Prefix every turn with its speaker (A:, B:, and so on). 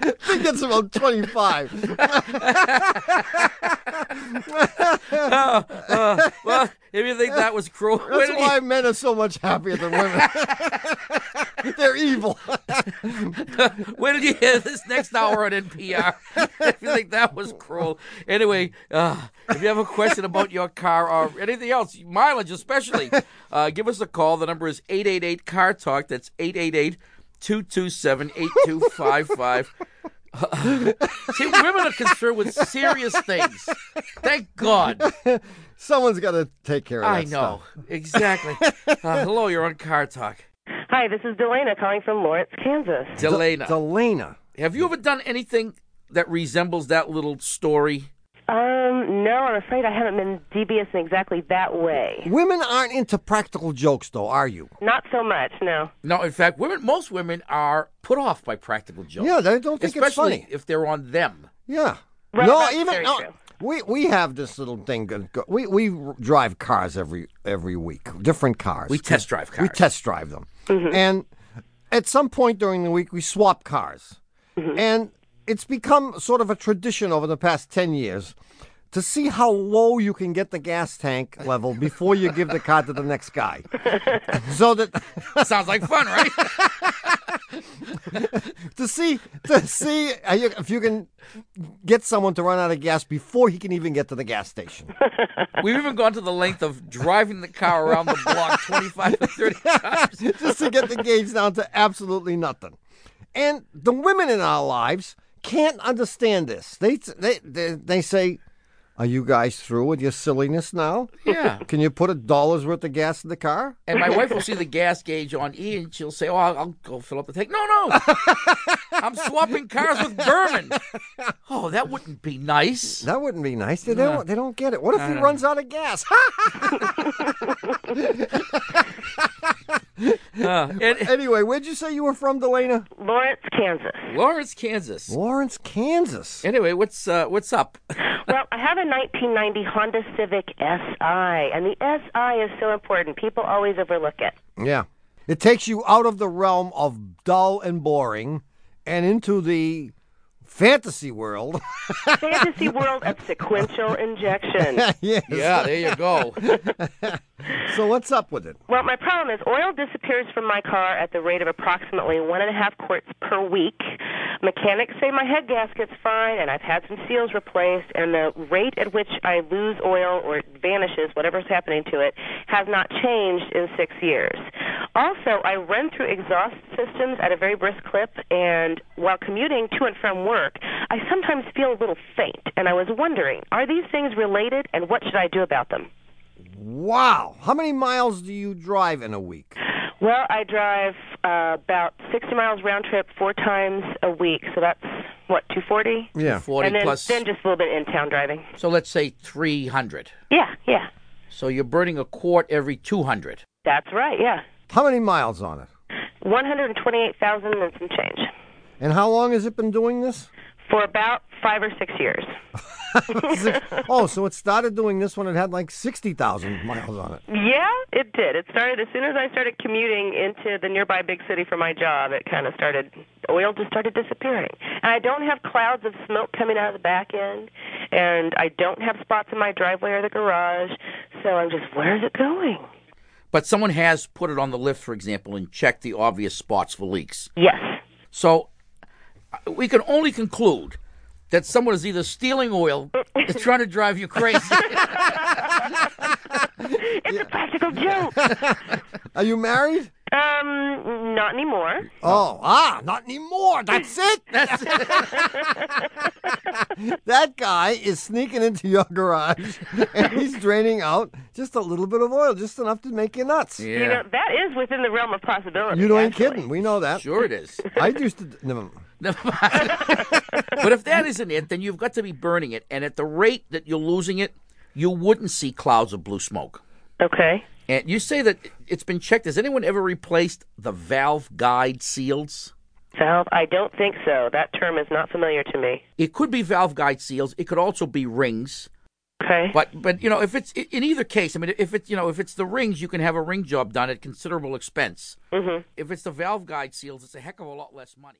A: I think that's around 25.
B: Well, if you think that was cruel,
A: That's
B: when you-
A: why men are so much happier than women. They're evil.
B: When did you hear this next hour on NPR? if you think that was cruel. Anyway, uh, if you have a question about your car or anything else, mileage especially, uh, give us a call. The number is 888 Car Talk. That's 888 227 8255. See, women are concerned with serious things. Thank God.
A: Someone's got to take care of that
B: I know. Exactly. Uh, hello, you're on Car Talk.
C: Hi, this is Delana calling from Lawrence, Kansas.
A: Stuff.
B: Delana.
A: Delana.
B: Have you ever done anything that resembles that little story?
C: Um, no, I'm afraid I haven't been devious in exactly that way.
A: Women aren't into practical jokes, though, are you?
C: Not so much, no.
B: No, in fact, women. Most women are put off by practical jokes.
A: Yeah, they don't think it's
B: especially
A: funny.
B: if they're on them.
A: Yeah.
C: Right,
A: no,
C: that's
A: even
C: very
A: no,
C: true.
A: we we have this little thing. go- go- We we drive cars every every week, different cars.
B: We test drive
A: We
B: cars.
A: test drive them,
C: Mm-hmm.
A: and at some point during the week we swap cars,
C: Mm-hmm.
A: and it's become sort of a tradition over the past ten years. To see how low you can get the gas tank level before you give the car to the next guy, so that
B: Sounds like fun, right?
A: to see to see are you- if you can get someone to run out of gas before he can even get to the gas station.
B: We've even gone to the length of driving the car around the block 25 or 30 times.
A: just to get the gauge down to absolutely nothing. And the women in our lives can't understand this. They they they, they say, "Are you guys through with your silliness now?
B: Yeah.
A: Can you put a dollar's worth of gas in the car?"
B: And my wife will see the gas gauge on E, and she'll say, "Oh, I'll, I'll go fill up the tank." No, no, I'm swapping cars with Berman. Oh, that wouldn't be nice.
A: That wouldn't be nice. They don't they don't get it. What if he runs out of gas?
B: Uh, and
A: anyway, where'd you say you were from, Delana?
C: Lawrence, Kansas.
B: Lawrence, Kansas.
A: Lawrence, Kansas.
B: Anyway, what's uh, what's up?
C: Well, I have a 1990 Honda Civic SI, and the SI is so important. People always overlook it.
A: Yeah. It takes you out of the realm of dull and boring and into the fantasy world.
C: Fantasy world of sequential injection.
A: yes.
B: Yeah, there you go.
A: So what's up with it?
C: Well, my problem is oil disappears from my car at the rate of approximately one and a half quarts per week. Mechanics say my head gasket's fine, and I've had some seals replaced, and the rate at which I lose oil or it vanishes, whatever's happening to it, has not changed in six years. Also, I run through exhaust systems at a very brisk clip, and while commuting to and from work, I sometimes feel a little faint, and I was wondering, are these things related, and what should I do about them?
A: Wow. How many miles do you drive in a week?
C: Well, I drive uh, about 60 miles round trip four times a week, so that's what 240.
A: Yeah.
B: Forty
C: And then,
B: plus.
C: then just a little bit in town driving.
B: So let's say 300.
C: Yeah, yeah,
B: So you're burning a quart every 200.
C: that's right. Yeah,
A: How many miles on it?
C: 128,000 and some change
A: And how long has it been doing this?
C: for about five or six years.
A: Six- oh, so it started doing this when it had like 60,000 miles on it.
C: Yeah, it did. It started as soon as I started commuting into the nearby big city for my job. It kind of started. Oil just started disappearing, and I don't have clouds of smoke coming out of the back end, and I don't have spots in my driveway or the garage. So I'm just, where's it going?
B: But someone has put it on the lift, for example, and checked the obvious spots for leaks.
C: Yes.
B: So uh, we can only conclude that someone is either stealing oil is trying to drive you crazy.
C: It's a practical joke.
A: Are you married?
C: um, not anymore.
A: Oh, ah, not anymore. That's it. That's it. that guy is sneaking into your garage and he's draining out just a little bit of oil, just enough to make you nuts.
B: yeah.
C: You know, that is within the realm of possibility.
A: You ain't
C: actually.
A: kidding. We know that.
B: Sure it is.
A: I used to. Never mind.
B: Never mind. but if that isn't it, then you've got to be burning it. And at the rate that you're losing it, you wouldn't see clouds of blue smoke.
C: Okay.
B: And you say that it's been checked. Has anyone ever replaced the valve guide seals?
C: Valve, I don't think so. That term is not familiar to me.
B: It could be valve guide seals. It could also be rings.
C: Okay.
B: But but you know if it's in either case, I mean if it's you know if it's the rings, you can have a ring job done at considerable expense. Mm-hmm. If it's the valve guide seals, it's a heck of a lot less money.